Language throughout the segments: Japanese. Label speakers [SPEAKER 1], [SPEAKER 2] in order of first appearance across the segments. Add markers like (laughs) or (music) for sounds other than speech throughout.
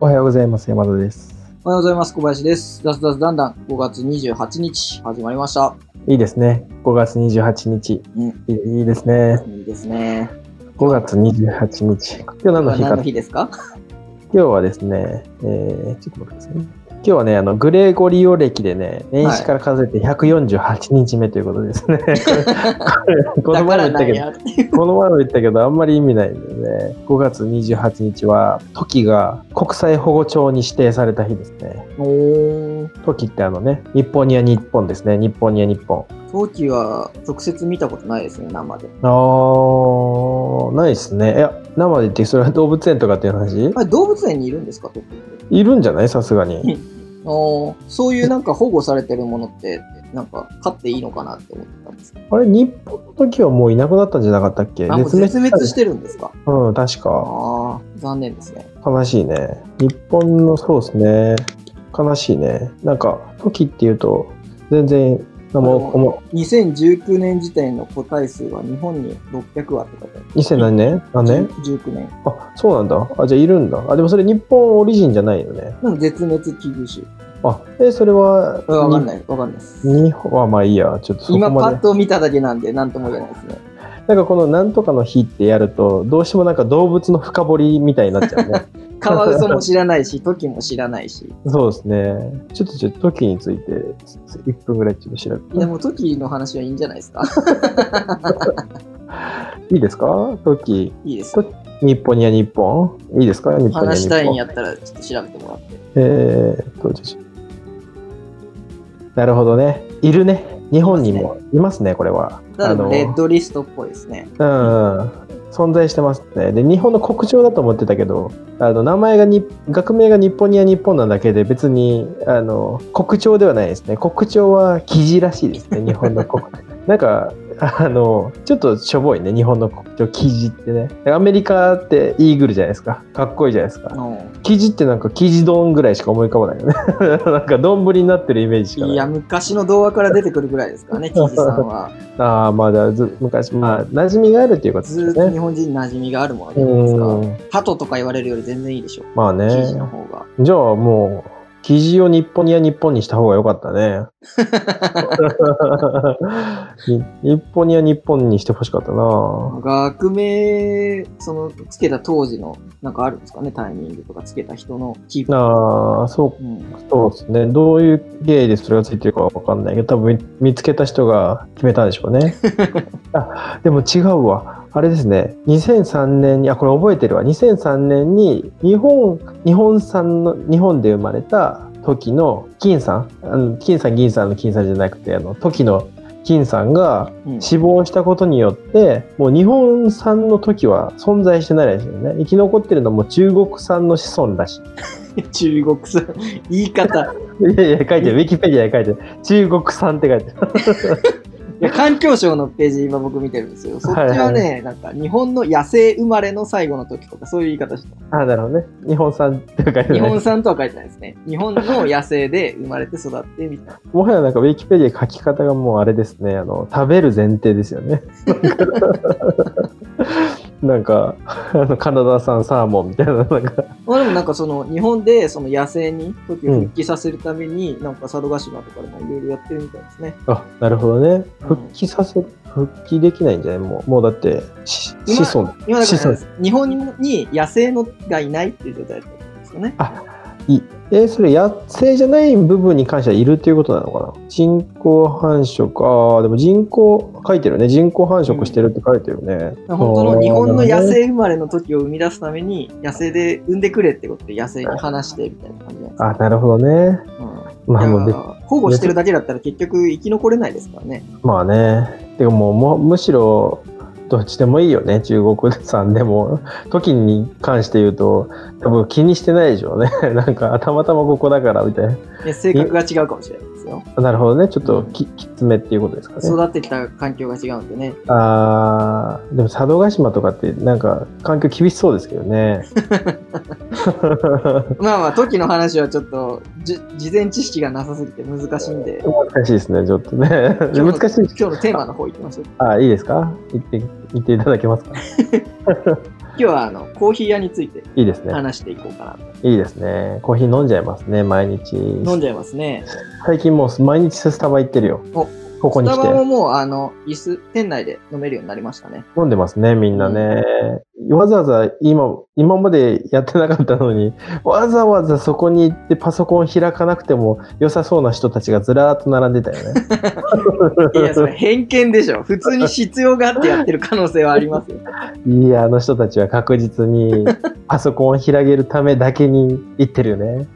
[SPEAKER 1] おはようございます。山田です。
[SPEAKER 2] おはようございます。小林です。ダスダスダンダン5月28日始まりました。
[SPEAKER 1] いいですね。5月28日。
[SPEAKER 2] うん
[SPEAKER 1] いいいいですね。
[SPEAKER 2] いいですね。
[SPEAKER 1] 5月28日。今日何の日
[SPEAKER 2] 何
[SPEAKER 1] か
[SPEAKER 2] の。日ですか
[SPEAKER 1] 今日はですね、えー、ちょっと待ってくださいね。今日はね、あの、グレゴリオ歴でね、年始から数えて148日目ということですね。この
[SPEAKER 2] だ
[SPEAKER 1] 前
[SPEAKER 2] から
[SPEAKER 1] も言った
[SPEAKER 2] 何
[SPEAKER 1] け
[SPEAKER 2] や
[SPEAKER 1] ど、
[SPEAKER 2] って。
[SPEAKER 1] この前も言ったけど、あんまり意味ないんだよね。5月28日は、トキが国際保護庁に指定された日ですね。
[SPEAKER 2] おー。
[SPEAKER 1] トキってあのね、日本には日本ですね。日本には日本。
[SPEAKER 2] 陶器は直接見たことないですね、生で。
[SPEAKER 1] あー、ないですね。いや、生でって、それは動物園とかっていう話
[SPEAKER 2] あれ動物園にいるんですか陶器って
[SPEAKER 1] いるんじゃないさすがに。
[SPEAKER 2] おーそういうなんか保護されてるものって、なんか飼っていいのかなって思ってたんですけど。
[SPEAKER 1] あれ、日本の時はもういなくなったんじゃなかったっけ。
[SPEAKER 2] あもう絶滅しててるんですか
[SPEAKER 1] うん、確か。
[SPEAKER 2] ああ、残念ですね。
[SPEAKER 1] 悲しいね。日本の、そうですね。悲しいね。なんか、時っていうと、全然、何も、
[SPEAKER 2] あの
[SPEAKER 1] も
[SPEAKER 2] 2019年時点の個体数は日本に600羽って書いてある。
[SPEAKER 1] う2000何年何年
[SPEAKER 2] ?19 年。
[SPEAKER 1] あ、そうなんだ。あ、じゃあいるんだ。あ、でもそれ日本オリジンじゃないよね。
[SPEAKER 2] うん絶滅危惧種。
[SPEAKER 1] あ、え、それは、
[SPEAKER 2] うんわかん
[SPEAKER 1] い。
[SPEAKER 2] ない、わかんないです。
[SPEAKER 1] 日本はまあいいや。ちょっとそこま
[SPEAKER 2] 今
[SPEAKER 1] で。
[SPEAKER 2] パッと見ただけなんで、なんとも言えないですね。
[SPEAKER 1] なんかこのなんとかの日ってやると、どうしてもなんか動物の深掘りみたいになっちゃ
[SPEAKER 2] (laughs)
[SPEAKER 1] うね。
[SPEAKER 2] カワウソも知らないし、トキも知らないし。
[SPEAKER 1] そうですね。ちょっとちょっと時について、1分ぐらいちょっと調
[SPEAKER 2] い
[SPEAKER 1] べて。
[SPEAKER 2] や、もうトキの話はいいんじゃないですか。
[SPEAKER 1] いいですか時。
[SPEAKER 2] いいですよ。
[SPEAKER 1] 日本には日本いいですか日本には日本。
[SPEAKER 2] 話したいんやったら、ちょっと調べてもらって。
[SPEAKER 1] えーっと、ちょちょなるほどね。いるね。日本にもいますね、これは。
[SPEAKER 2] ただ、
[SPEAKER 1] の
[SPEAKER 2] レッドリストっぽいですね。
[SPEAKER 1] うんうん、存在してますね。で、日本の国鳥だと思ってたけど、あの名前がに、学名が日本には日本なだけで、別にあの国鳥ではないですね。国鳥はキジらしいですね、日本の
[SPEAKER 2] (laughs)
[SPEAKER 1] 国鳥。なんか、あの、ちょっとしょぼいね、日本の国鳥、キジってね。アメリカってイーグルじゃないですか。かっこいいじゃないですか。
[SPEAKER 2] うん
[SPEAKER 1] キジってなんか、キジ丼ぐらいしか思い浮かばないよね。 (laughs) なんか、丼になってるイメージしかない。
[SPEAKER 2] いや、昔の童話から出てくるぐらいで
[SPEAKER 1] (laughs)
[SPEAKER 2] すからね、キジさんは。
[SPEAKER 1] ああ、まあ、だず昔、まあ、馴染みがあるっていうことです
[SPEAKER 2] ずー
[SPEAKER 1] ね。
[SPEAKER 2] っと日本人に馴染みがあるものじゃないです
[SPEAKER 1] う
[SPEAKER 2] か。
[SPEAKER 1] ん。
[SPEAKER 2] ハトとか言われるより全然いいでしょ。
[SPEAKER 1] まあね。
[SPEAKER 2] キジの方が。
[SPEAKER 1] じゃあもう、記事を日本には日本にした方が良かったね。 (laughs) に日本には日本にしてほしかったな。
[SPEAKER 2] 学名、その、つけた当時の、なんかあるんですかね、タイミングとかつけた人のキープ。
[SPEAKER 1] ああ、そう
[SPEAKER 2] うん、
[SPEAKER 1] そうですね。どういう経緯でそれがついてるかわかんないけど、多分見つけた人が決めたんでしょうね。あでも違うわ。あれですね。2003年に、あ、これ覚えてるわ。2003年に日本、日本産の、日本で生まれた時の金さん、あの金さん銀さんの金さんじゃなくて、あの時の金さんが
[SPEAKER 2] うん
[SPEAKER 1] 死亡したことによって、もう日本産の時は存在してないらしいよね。生き残ってるのも中国産の子孫らしい。
[SPEAKER 2] 中国産、 (laughs) 言い方。
[SPEAKER 1] いやいや、書いてる。ウィキペディアに書いてる。中国産って書いてる。 (laughs)
[SPEAKER 2] いや環境省のページ、今僕見てるんですよ。そっちはね、
[SPEAKER 1] は
[SPEAKER 2] なんか、日本の野生生まれの最後の時とか、そういう言い方してた。
[SPEAKER 1] あ、なるほどね。日本産って書いてる、
[SPEAKER 2] 日
[SPEAKER 1] ね
[SPEAKER 2] 本。産とは書いてないですね。日本の野生で生まれて育ってみたい (laughs) な。
[SPEAKER 1] もはやなんかウィキペディア書き方がもうあれですね。あの、食べる前提ですよね。 (laughs) なんか、あの、カナダ産サーモンみたいな、なんか。
[SPEAKER 2] まあでもなんかその、日本でその野生に時を復帰させるために、なんか佐渡島とかでもいろいろやってるみたいですね。
[SPEAKER 1] あ、なるほどね。復帰させ、復帰できないんじゃないもう、もうだって、し
[SPEAKER 2] 今
[SPEAKER 1] 子孫。
[SPEAKER 2] 今だか
[SPEAKER 1] 子孫
[SPEAKER 2] ら、日本に野生のがいないっていう状態だったんですよね。
[SPEAKER 1] いえーそれ野生じゃない部分に関してはいるっていうことなのかな人工繁殖ああでも人工書いてるね人工繁殖してるって書いてるね、
[SPEAKER 2] 本当の日本の野
[SPEAKER 1] そうだね
[SPEAKER 2] 生生まれの時を生み出すために野生で産んでくれってことで野生に話してみたいな感じじゃないですか
[SPEAKER 1] あなるほどねまあ
[SPEAKER 2] うん
[SPEAKER 1] もう
[SPEAKER 2] い
[SPEAKER 1] で
[SPEAKER 2] や保護してるだけだったら結局生き残れないですからね。
[SPEAKER 1] まあねてかもうもむしろどっちでもいいよね中国さんでも時に関して言うと多分気にしてないでしょうね (laughs) なんかたまたまここだからみたいな
[SPEAKER 2] ね性格が違うかもしれないですよ。
[SPEAKER 1] なるほどねちょっとき,、きつめっていうことですかね
[SPEAKER 2] 育ってきた環境が違うんでね。
[SPEAKER 1] あーでも佐渡島とかってなんか環境厳しそうですけどね。
[SPEAKER 2] まあまあ、時の話はちょっとじ事前知識がなさすぎて難しいんで。
[SPEAKER 1] 難しいですねちょっとね。
[SPEAKER 2] (laughs) 今日の
[SPEAKER 1] 難しい。
[SPEAKER 2] 今日のテーマの方行きましょう。
[SPEAKER 1] あいいですか言って言っていただけますか。
[SPEAKER 2] 日はあのコーヒー屋について
[SPEAKER 1] いいですね。
[SPEAKER 2] 話していこうかな。
[SPEAKER 1] いいですね。コーヒー飲んじゃいますね、毎日。
[SPEAKER 2] 飲んじゃいますね。
[SPEAKER 1] 最近もう毎日スタバ行ってるよ。
[SPEAKER 2] お
[SPEAKER 1] ここに来
[SPEAKER 2] スタバも
[SPEAKER 1] て。
[SPEAKER 2] もうあの椅子店内で飲めるようになりまし
[SPEAKER 1] (laughs)
[SPEAKER 2] たね。
[SPEAKER 1] 飲んでますね、みんなね。わざわざ今、今までやってなかったのに、わざわざそこに行ってパソコン開かなくても良さそうな人たちがずらーっと並んでたよね。
[SPEAKER 2] (laughs) いやそれ偏見でしょ。普通に必要があってやってる可能性はあり
[SPEAKER 1] (laughs)
[SPEAKER 2] ますよ。
[SPEAKER 1] いや、あの人たちは確実にパソコンを開けるためだけに行ってるよね。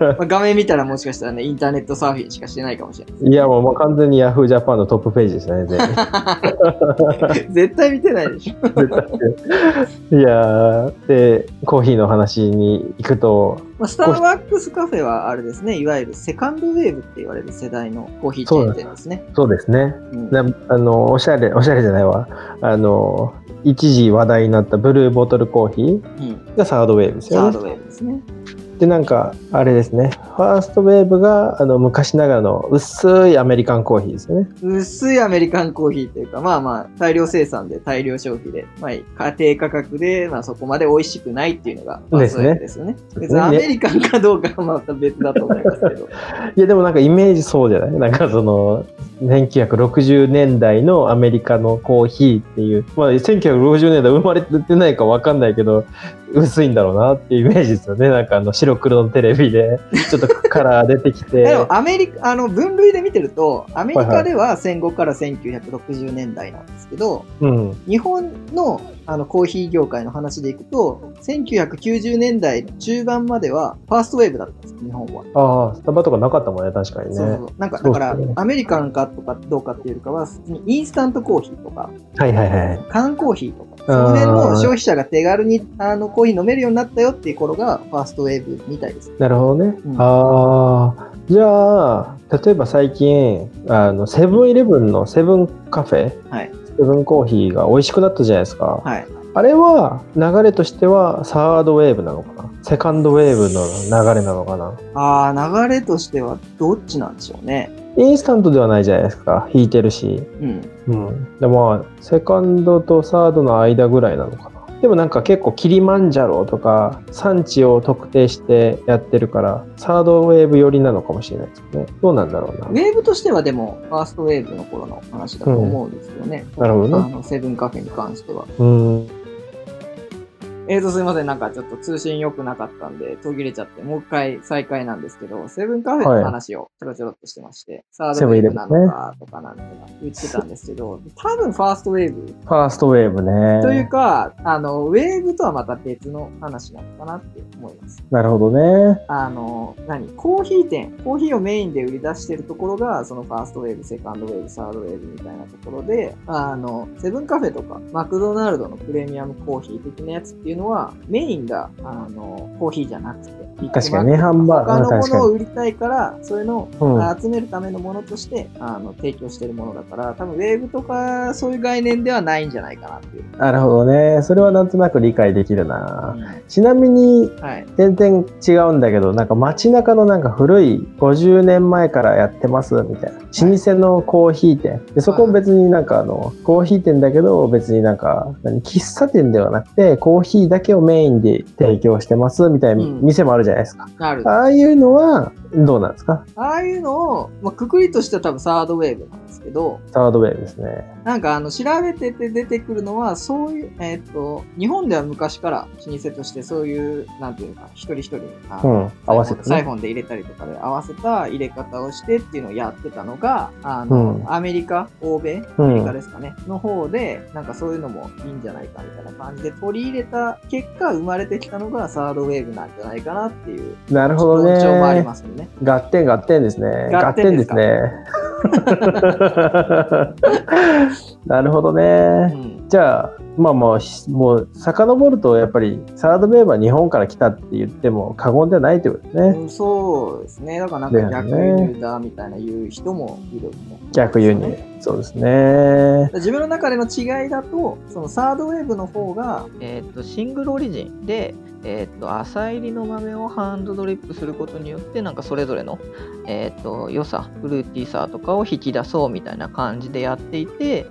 [SPEAKER 2] まあ画面見たらもしかしたらねインターネットサーフィンしかしてないかもしれない
[SPEAKER 1] いや、もうもう完全に Yahoo Japan のトップページですね、全員。
[SPEAKER 2] (laughs) 絶対見てない (laughs) でしょ。 (laughs)
[SPEAKER 1] いやーで、コーヒーの話に行くと、
[SPEAKER 2] まあ、スターバックスカフェはあれですね、いわゆるセカンドウェーブって言われる世代のコーヒーチェーン店ですね。
[SPEAKER 1] そうですね。
[SPEAKER 2] うん
[SPEAKER 1] なあの、おしゃれ、おしゃれじゃないわ。あの、一時話題になったブルーボトルコーヒー
[SPEAKER 2] うん
[SPEAKER 1] がサードウェーブです
[SPEAKER 2] サ
[SPEAKER 1] よね
[SPEAKER 2] ード。ウェーブですね。
[SPEAKER 1] で、なんか、あれですね。ファーストウェーブが、あの、昔ながらの薄いアメリカンコーヒーですよね。
[SPEAKER 2] 薄いアメリカンコーヒーというか、まあまあ、大量生産で大量消費で、まあ、家庭価格で、まあそこまで美味しくないっていうのが、まあ、
[SPEAKER 1] ですね
[SPEAKER 2] そういうですよね。別に
[SPEAKER 1] ね
[SPEAKER 2] アメリカンかどうかはまた別だと思いますけど。
[SPEAKER 1] いや、でもなんかイメージそうじゃないなんかその、1960年代のアメリカのコーヒーっていう、まあ、1960年代生まれてないかわかんないけど、薄いんだろうなっていうイメージですよね。なんかあの、白黒のテレビで、ちょっとカラー出てきて
[SPEAKER 2] (laughs) で、もアメリカ、あの、分類で見てると、アメリカでは戦後から1960年代なんですけど、
[SPEAKER 1] うん。
[SPEAKER 2] 日本のあのコーヒー業界の話でいくと、1990年代中盤まではファーストウェーブだったんですよ、日本は。
[SPEAKER 1] ああ、スタバとかなかったもんね、確かにね。
[SPEAKER 2] そうそうなんか、
[SPEAKER 1] そ
[SPEAKER 2] だ
[SPEAKER 1] う
[SPEAKER 2] か
[SPEAKER 1] そう
[SPEAKER 2] ら、アメリカンかとかどうかっていうよりかは、普通にインスタントコーヒーとか、
[SPEAKER 1] はいはいはい。
[SPEAKER 2] 缶コーヒーとか、そ
[SPEAKER 1] あー
[SPEAKER 2] の辺の消費者が手軽にあのコーヒー飲めるようになったよっていう頃が、ファーストウェーブみたいです。
[SPEAKER 1] なるほどね。
[SPEAKER 2] うん
[SPEAKER 1] ああ、じゃあ、例えば最近、あの、セブンイレブンのセブンカフェ、
[SPEAKER 2] はい
[SPEAKER 1] セブンコーヒーが美味しくなったじゃないですか。
[SPEAKER 2] はい。
[SPEAKER 1] あれは流れとしてはサードウェーブなのかなセカンドウェーブの流れなのかな
[SPEAKER 2] ああ、流れとしてはどっちなんでしょうね。
[SPEAKER 1] インスタントではないじゃないですか弾いてるし
[SPEAKER 2] うん。
[SPEAKER 1] うんでもまあセカンドとサードの間ぐらいなのかなでもなんか結構キリマンジャロとか産地を特定してやってるからサードウェーブ寄りなのかもしれないですねどうなんだろうな
[SPEAKER 2] ウェーブとしてはでも、ファーストウェーブの頃の話だと思うんですよね。
[SPEAKER 1] なるほど
[SPEAKER 2] あ
[SPEAKER 1] ね
[SPEAKER 2] の、セブンカフェに関しては。
[SPEAKER 1] うん
[SPEAKER 2] えーと、すいません。なんかちょっと通信良くなかったんで、途切れちゃって、もう一回再開なんですけど、セブンカフェの話をちょろちょろっとしてまして、サードウェーブなのかとかなんて言ってたんですけど、多分ファーストウェーブ
[SPEAKER 1] ファーストウェーブね
[SPEAKER 2] というか、あの、ウェーブとはまた別の話なのかなって思います。
[SPEAKER 1] なるほどね
[SPEAKER 2] あの、何コーヒー店、コーヒーをメインで売り出してるところが、そのファーストウェーブ、セカンドウェーブ、サードウェーブみたいなところで、あの、セブンカフェとか、マクドナルドのプレミアムコーヒー的なやつっていうのは、メインが、あの、コーヒーじゃなくて、
[SPEAKER 1] 確かにねハンバーガー
[SPEAKER 2] 他のも
[SPEAKER 1] 確か
[SPEAKER 2] のを
[SPEAKER 1] に
[SPEAKER 2] 売りたいから、そういうのを
[SPEAKER 1] うん
[SPEAKER 2] 集めるためのものとして、あの、提供してるものだから、多分ウェーブとか、そういう概念ではないんじゃないかなっていう。
[SPEAKER 1] なるほどねそれはなんとなく理解できるな
[SPEAKER 2] は
[SPEAKER 1] ちなみに
[SPEAKER 2] い。
[SPEAKER 1] 全然違うんだけどなんか街中のなんか古い50年前からやってますみたいな老舗のコーヒー店でそこも別になんかあのコーヒー店だけど別になんか何喫茶店ではなくてコーヒーだけをメインで提供してますみたいな
[SPEAKER 2] うん
[SPEAKER 1] 店もあるじゃないですか、
[SPEAKER 2] なる
[SPEAKER 1] ああいうのはどうなんですか
[SPEAKER 2] ああいうのを、まあ、くくりとしては多分サードウェーブなんですけど、
[SPEAKER 1] サードウェーブですね
[SPEAKER 2] なんかあの、調べてて出てくるのは、そういう、えーっ、と、日本では昔から老舗としてそういう、なんていうか、一人一人に、あ
[SPEAKER 1] う
[SPEAKER 2] の
[SPEAKER 1] ん合わせて
[SPEAKER 2] サイ
[SPEAKER 1] ね
[SPEAKER 2] フォンで入れたりとかで合わせた入れ方をしてっていうのをやってたのが、あの、
[SPEAKER 1] うん
[SPEAKER 2] アメリカ、欧米、
[SPEAKER 1] う
[SPEAKER 2] アメリカ
[SPEAKER 1] ん
[SPEAKER 2] ですかね、の方で、なんかそういうのもいいんじゃないかみたいな感じで取り入れた結果、生まれてきたのがサードウェーブなんじゃないかなっていう、
[SPEAKER 1] なるほど
[SPEAKER 2] 論調もあり
[SPEAKER 1] ね
[SPEAKER 2] ますよね。
[SPEAKER 1] 合点合点ですね。
[SPEAKER 2] 合
[SPEAKER 1] 合
[SPEAKER 2] 点
[SPEAKER 1] 点
[SPEAKER 2] で
[SPEAKER 1] ですす
[SPEAKER 2] か
[SPEAKER 1] ね。(laughs)
[SPEAKER 2] (laughs)
[SPEAKER 1] なるほど
[SPEAKER 2] う
[SPEAKER 1] ね。
[SPEAKER 2] ん。
[SPEAKER 1] じゃあ、まあまあ、しもう遡ると、やっぱりサードウェーブは日本から来たって言っても過言ではないということですね。
[SPEAKER 2] うんそうですね。だからなんか逆
[SPEAKER 1] だよね
[SPEAKER 2] 輸入だみたいな言う人もいる、ね。
[SPEAKER 1] 逆輸入。そうですね。
[SPEAKER 2] 自分の中での違いだと、そのサードウェーブの方が、えーっとシングルオリジンで、
[SPEAKER 3] えーっと浅入りの豆をハンドドリップすることによってなんかそれぞれの、えーっと良さフルーティーさとかを引き出そうみたいな感じでやっていて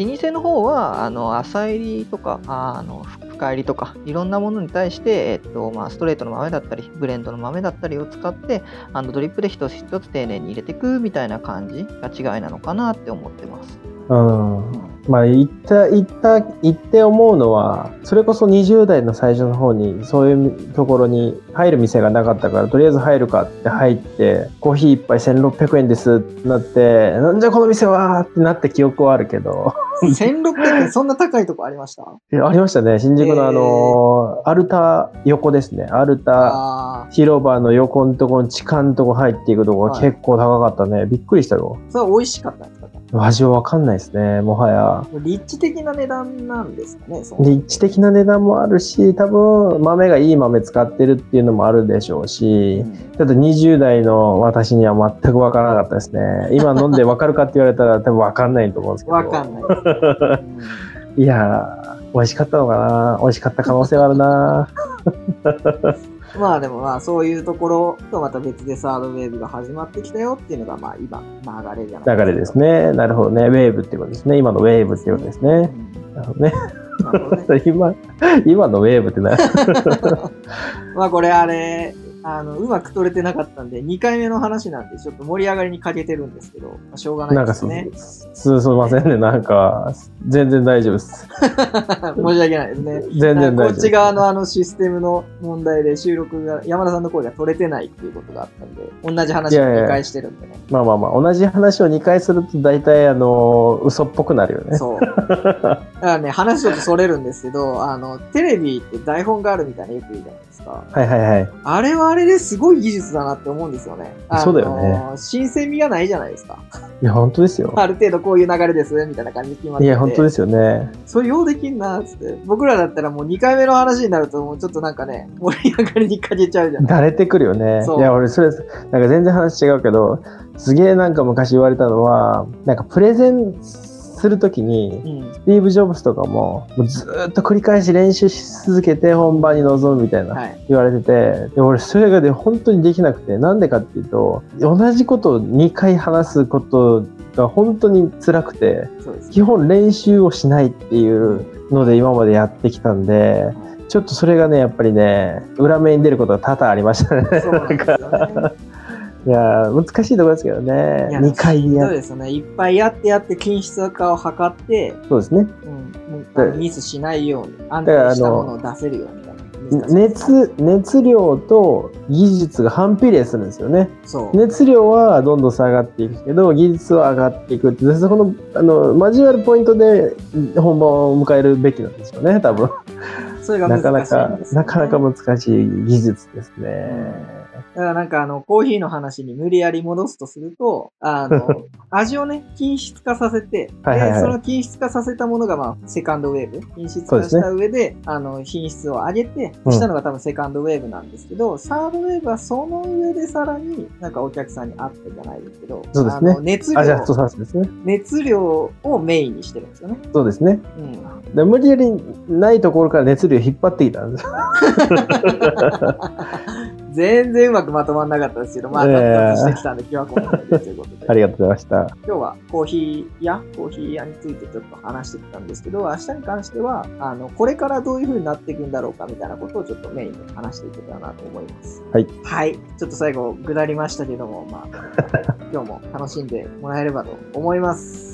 [SPEAKER 3] 老舗の方はあの浅入りとかああの深入りとかいろんなものに対して、えーっとまあ、ストレートの豆だったりブレンドの豆だったりを使ってハンドドリップで一つ一つ丁寧に入れていくみたいな感じが違いなのかなって思ってます。
[SPEAKER 1] うんまあ言った言った言って思うのはそれこそ20代の最初の方にそういうところに入る店がなかったからとりあえず入るかって入ってコーヒー一杯1600円ですってなってなんじゃこの店はってなった記憶はあるけど (laughs)
[SPEAKER 2] 1600円、そんな高いとこありました
[SPEAKER 1] いやありましたね新宿のあのアルタ横ですねアルタ
[SPEAKER 2] ああ
[SPEAKER 1] 広場の横のところの地下のとこ入っていくとこが結構高かったね、びっくりしたよ
[SPEAKER 2] ー、それは美味しかったんですかね
[SPEAKER 1] 味はわかんないですねもはや
[SPEAKER 2] もう立地的な値段なんですかね、その
[SPEAKER 1] 立地的な値段もあるし多分豆がいい豆使ってるっていうのもあるでしょうし、
[SPEAKER 2] うん
[SPEAKER 1] ちょっと20代の私には全く分からなかったですね今飲んで分かるかって言われたら (laughs) 多分分かんないと思うんですけど
[SPEAKER 2] わかん (laughs) ないです、うん
[SPEAKER 1] いやー美味しかったのかな美味しかった可能性があるな
[SPEAKER 2] まあでもまあそういうところとまた別でサードウェーブが始まってきたよっていうのがまあ今流れじゃない
[SPEAKER 1] 流れです。ねなるほどねウェーブっていうことですね今のウェーブっていうことです
[SPEAKER 2] う
[SPEAKER 1] ね
[SPEAKER 2] ん
[SPEAKER 1] なるほどね (laughs)
[SPEAKER 2] なるほどね
[SPEAKER 1] 今今のウェーブってな
[SPEAKER 2] まあこれあれ、あの、うまく取れてなかったんで、2回目の話なんで、ちょっと盛り上がりに欠けてるんですけど、まあしょうがな
[SPEAKER 1] ないん
[SPEAKER 2] で
[SPEAKER 1] か
[SPEAKER 2] す
[SPEAKER 1] す
[SPEAKER 2] ね。
[SPEAKER 1] すすいませんねなんか全然大丈夫です
[SPEAKER 2] (laughs) 申し訳ないですね。
[SPEAKER 1] 全然大丈夫
[SPEAKER 2] こっち側のあのシステムの問題で収録が、山田さんの声が取れてないっていうことがあったんで、同じ話を繰り返してるんでね。
[SPEAKER 1] まあまあまあ、同じ話を2回すると大体、あの、嘘っぽくなるよね。 (laughs)
[SPEAKER 2] そう。だからね、話ちょっとそれるんですけど、あの、テレビって台本があるみたいなよく言うじゃないですか。
[SPEAKER 1] はいはいはい。
[SPEAKER 2] あれはあれですごい技術だなって思うんですよね。あの
[SPEAKER 1] そうだよ
[SPEAKER 2] 新鮮味がないじゃないですか。 (laughs)
[SPEAKER 1] いや、本当ですよ。
[SPEAKER 2] ある程度こういう流れです、みたいな感じで決まって
[SPEAKER 1] い
[SPEAKER 2] て。
[SPEAKER 1] や、本当ですよね。
[SPEAKER 2] それようできんな、つって。僕らだったらもう2回目の話になると、もうちょっとなんかね、盛り上がりにかけちゃうじゃない
[SPEAKER 1] 慣れてくるよね
[SPEAKER 2] そう。
[SPEAKER 1] いや、俺、それ、なんか全然話違うけど、すげえなんか昔言われたのは、なんかプレゼンするときに、
[SPEAKER 2] うん。
[SPEAKER 1] スティーブ・ジョブズとかも、もうずーっと繰り返し練習し続けて本番に臨むみたいな。
[SPEAKER 2] はい。
[SPEAKER 1] 言われててで俺それがで本当にできなくてなんでかっていうと同じことを2回話すことが本当に辛くて
[SPEAKER 2] そうです。
[SPEAKER 1] 基本練習をしないっていうので今までやってきたんでちょっとそれがねやっぱりね裏目に出ることが多々ありましたね (laughs)
[SPEAKER 2] そうなんですよね。
[SPEAKER 1] いやー難しいところですけどね
[SPEAKER 2] いや
[SPEAKER 1] 2回
[SPEAKER 2] そ
[SPEAKER 1] や
[SPEAKER 2] う
[SPEAKER 1] っ
[SPEAKER 2] ですよね。いっぱいやってやって、均質化を図って、
[SPEAKER 1] そうですね
[SPEAKER 2] うん、
[SPEAKER 1] で
[SPEAKER 2] ミスしないように、安定したものを出せるようにみたいな。
[SPEAKER 1] 熱熱量と技術が反比例するんですよね
[SPEAKER 2] そう。
[SPEAKER 1] 熱量はどんどん下がっていくけど技術は上がっていくってでそこのあの交わるポイントで本番を迎えるべきなんですよね多分
[SPEAKER 2] それが難
[SPEAKER 1] なかな
[SPEAKER 2] しい
[SPEAKER 1] か
[SPEAKER 2] んです、ね。
[SPEAKER 1] なかなか難しい技術ですね、
[SPEAKER 2] だからなんかあの、コーヒーの話に無理やり戻すとすると、
[SPEAKER 1] (laughs)
[SPEAKER 2] あの、味をね、均質化させて、
[SPEAKER 1] はいはいはい
[SPEAKER 2] で、その均質化させたものが、まあ、セカンドウェーブ。均質
[SPEAKER 1] そうで
[SPEAKER 2] 化し
[SPEAKER 1] すね
[SPEAKER 2] た上で、あの、品質を上げて、
[SPEAKER 1] うん
[SPEAKER 2] したのが多分セカンドウェーブなんですけど、サードウェーブはその上でさらに、なんかお客さんに合ってじゃないですけど、
[SPEAKER 1] そうですね
[SPEAKER 2] あの熱
[SPEAKER 1] アジャスト
[SPEAKER 2] 量、
[SPEAKER 1] サンスですね
[SPEAKER 2] 熱量をメインにしてるんですよね。
[SPEAKER 1] そうですね
[SPEAKER 2] うん。
[SPEAKER 1] で無理やりないところから熱量引っ張ってきたんです
[SPEAKER 2] 全然うまくまとまんなかったですけど、まあ、
[SPEAKER 1] ええ
[SPEAKER 2] 脱達してきたんで、今日はこんな感じでということで。
[SPEAKER 1] (laughs) ありがとうございました
[SPEAKER 2] 今日はコーヒーやコーヒー屋についてちょっと話してきたんですけど、明日に関しては、あの、これからどういう風になっていくんだろうかみたいなことをちょっとメインで話していけたらなと思います。
[SPEAKER 1] はい。
[SPEAKER 2] はい。ちょ
[SPEAKER 1] (laughs)
[SPEAKER 2] っと最後、ぐだりましたけども、まあ、今日も楽しんでもらえればと思います。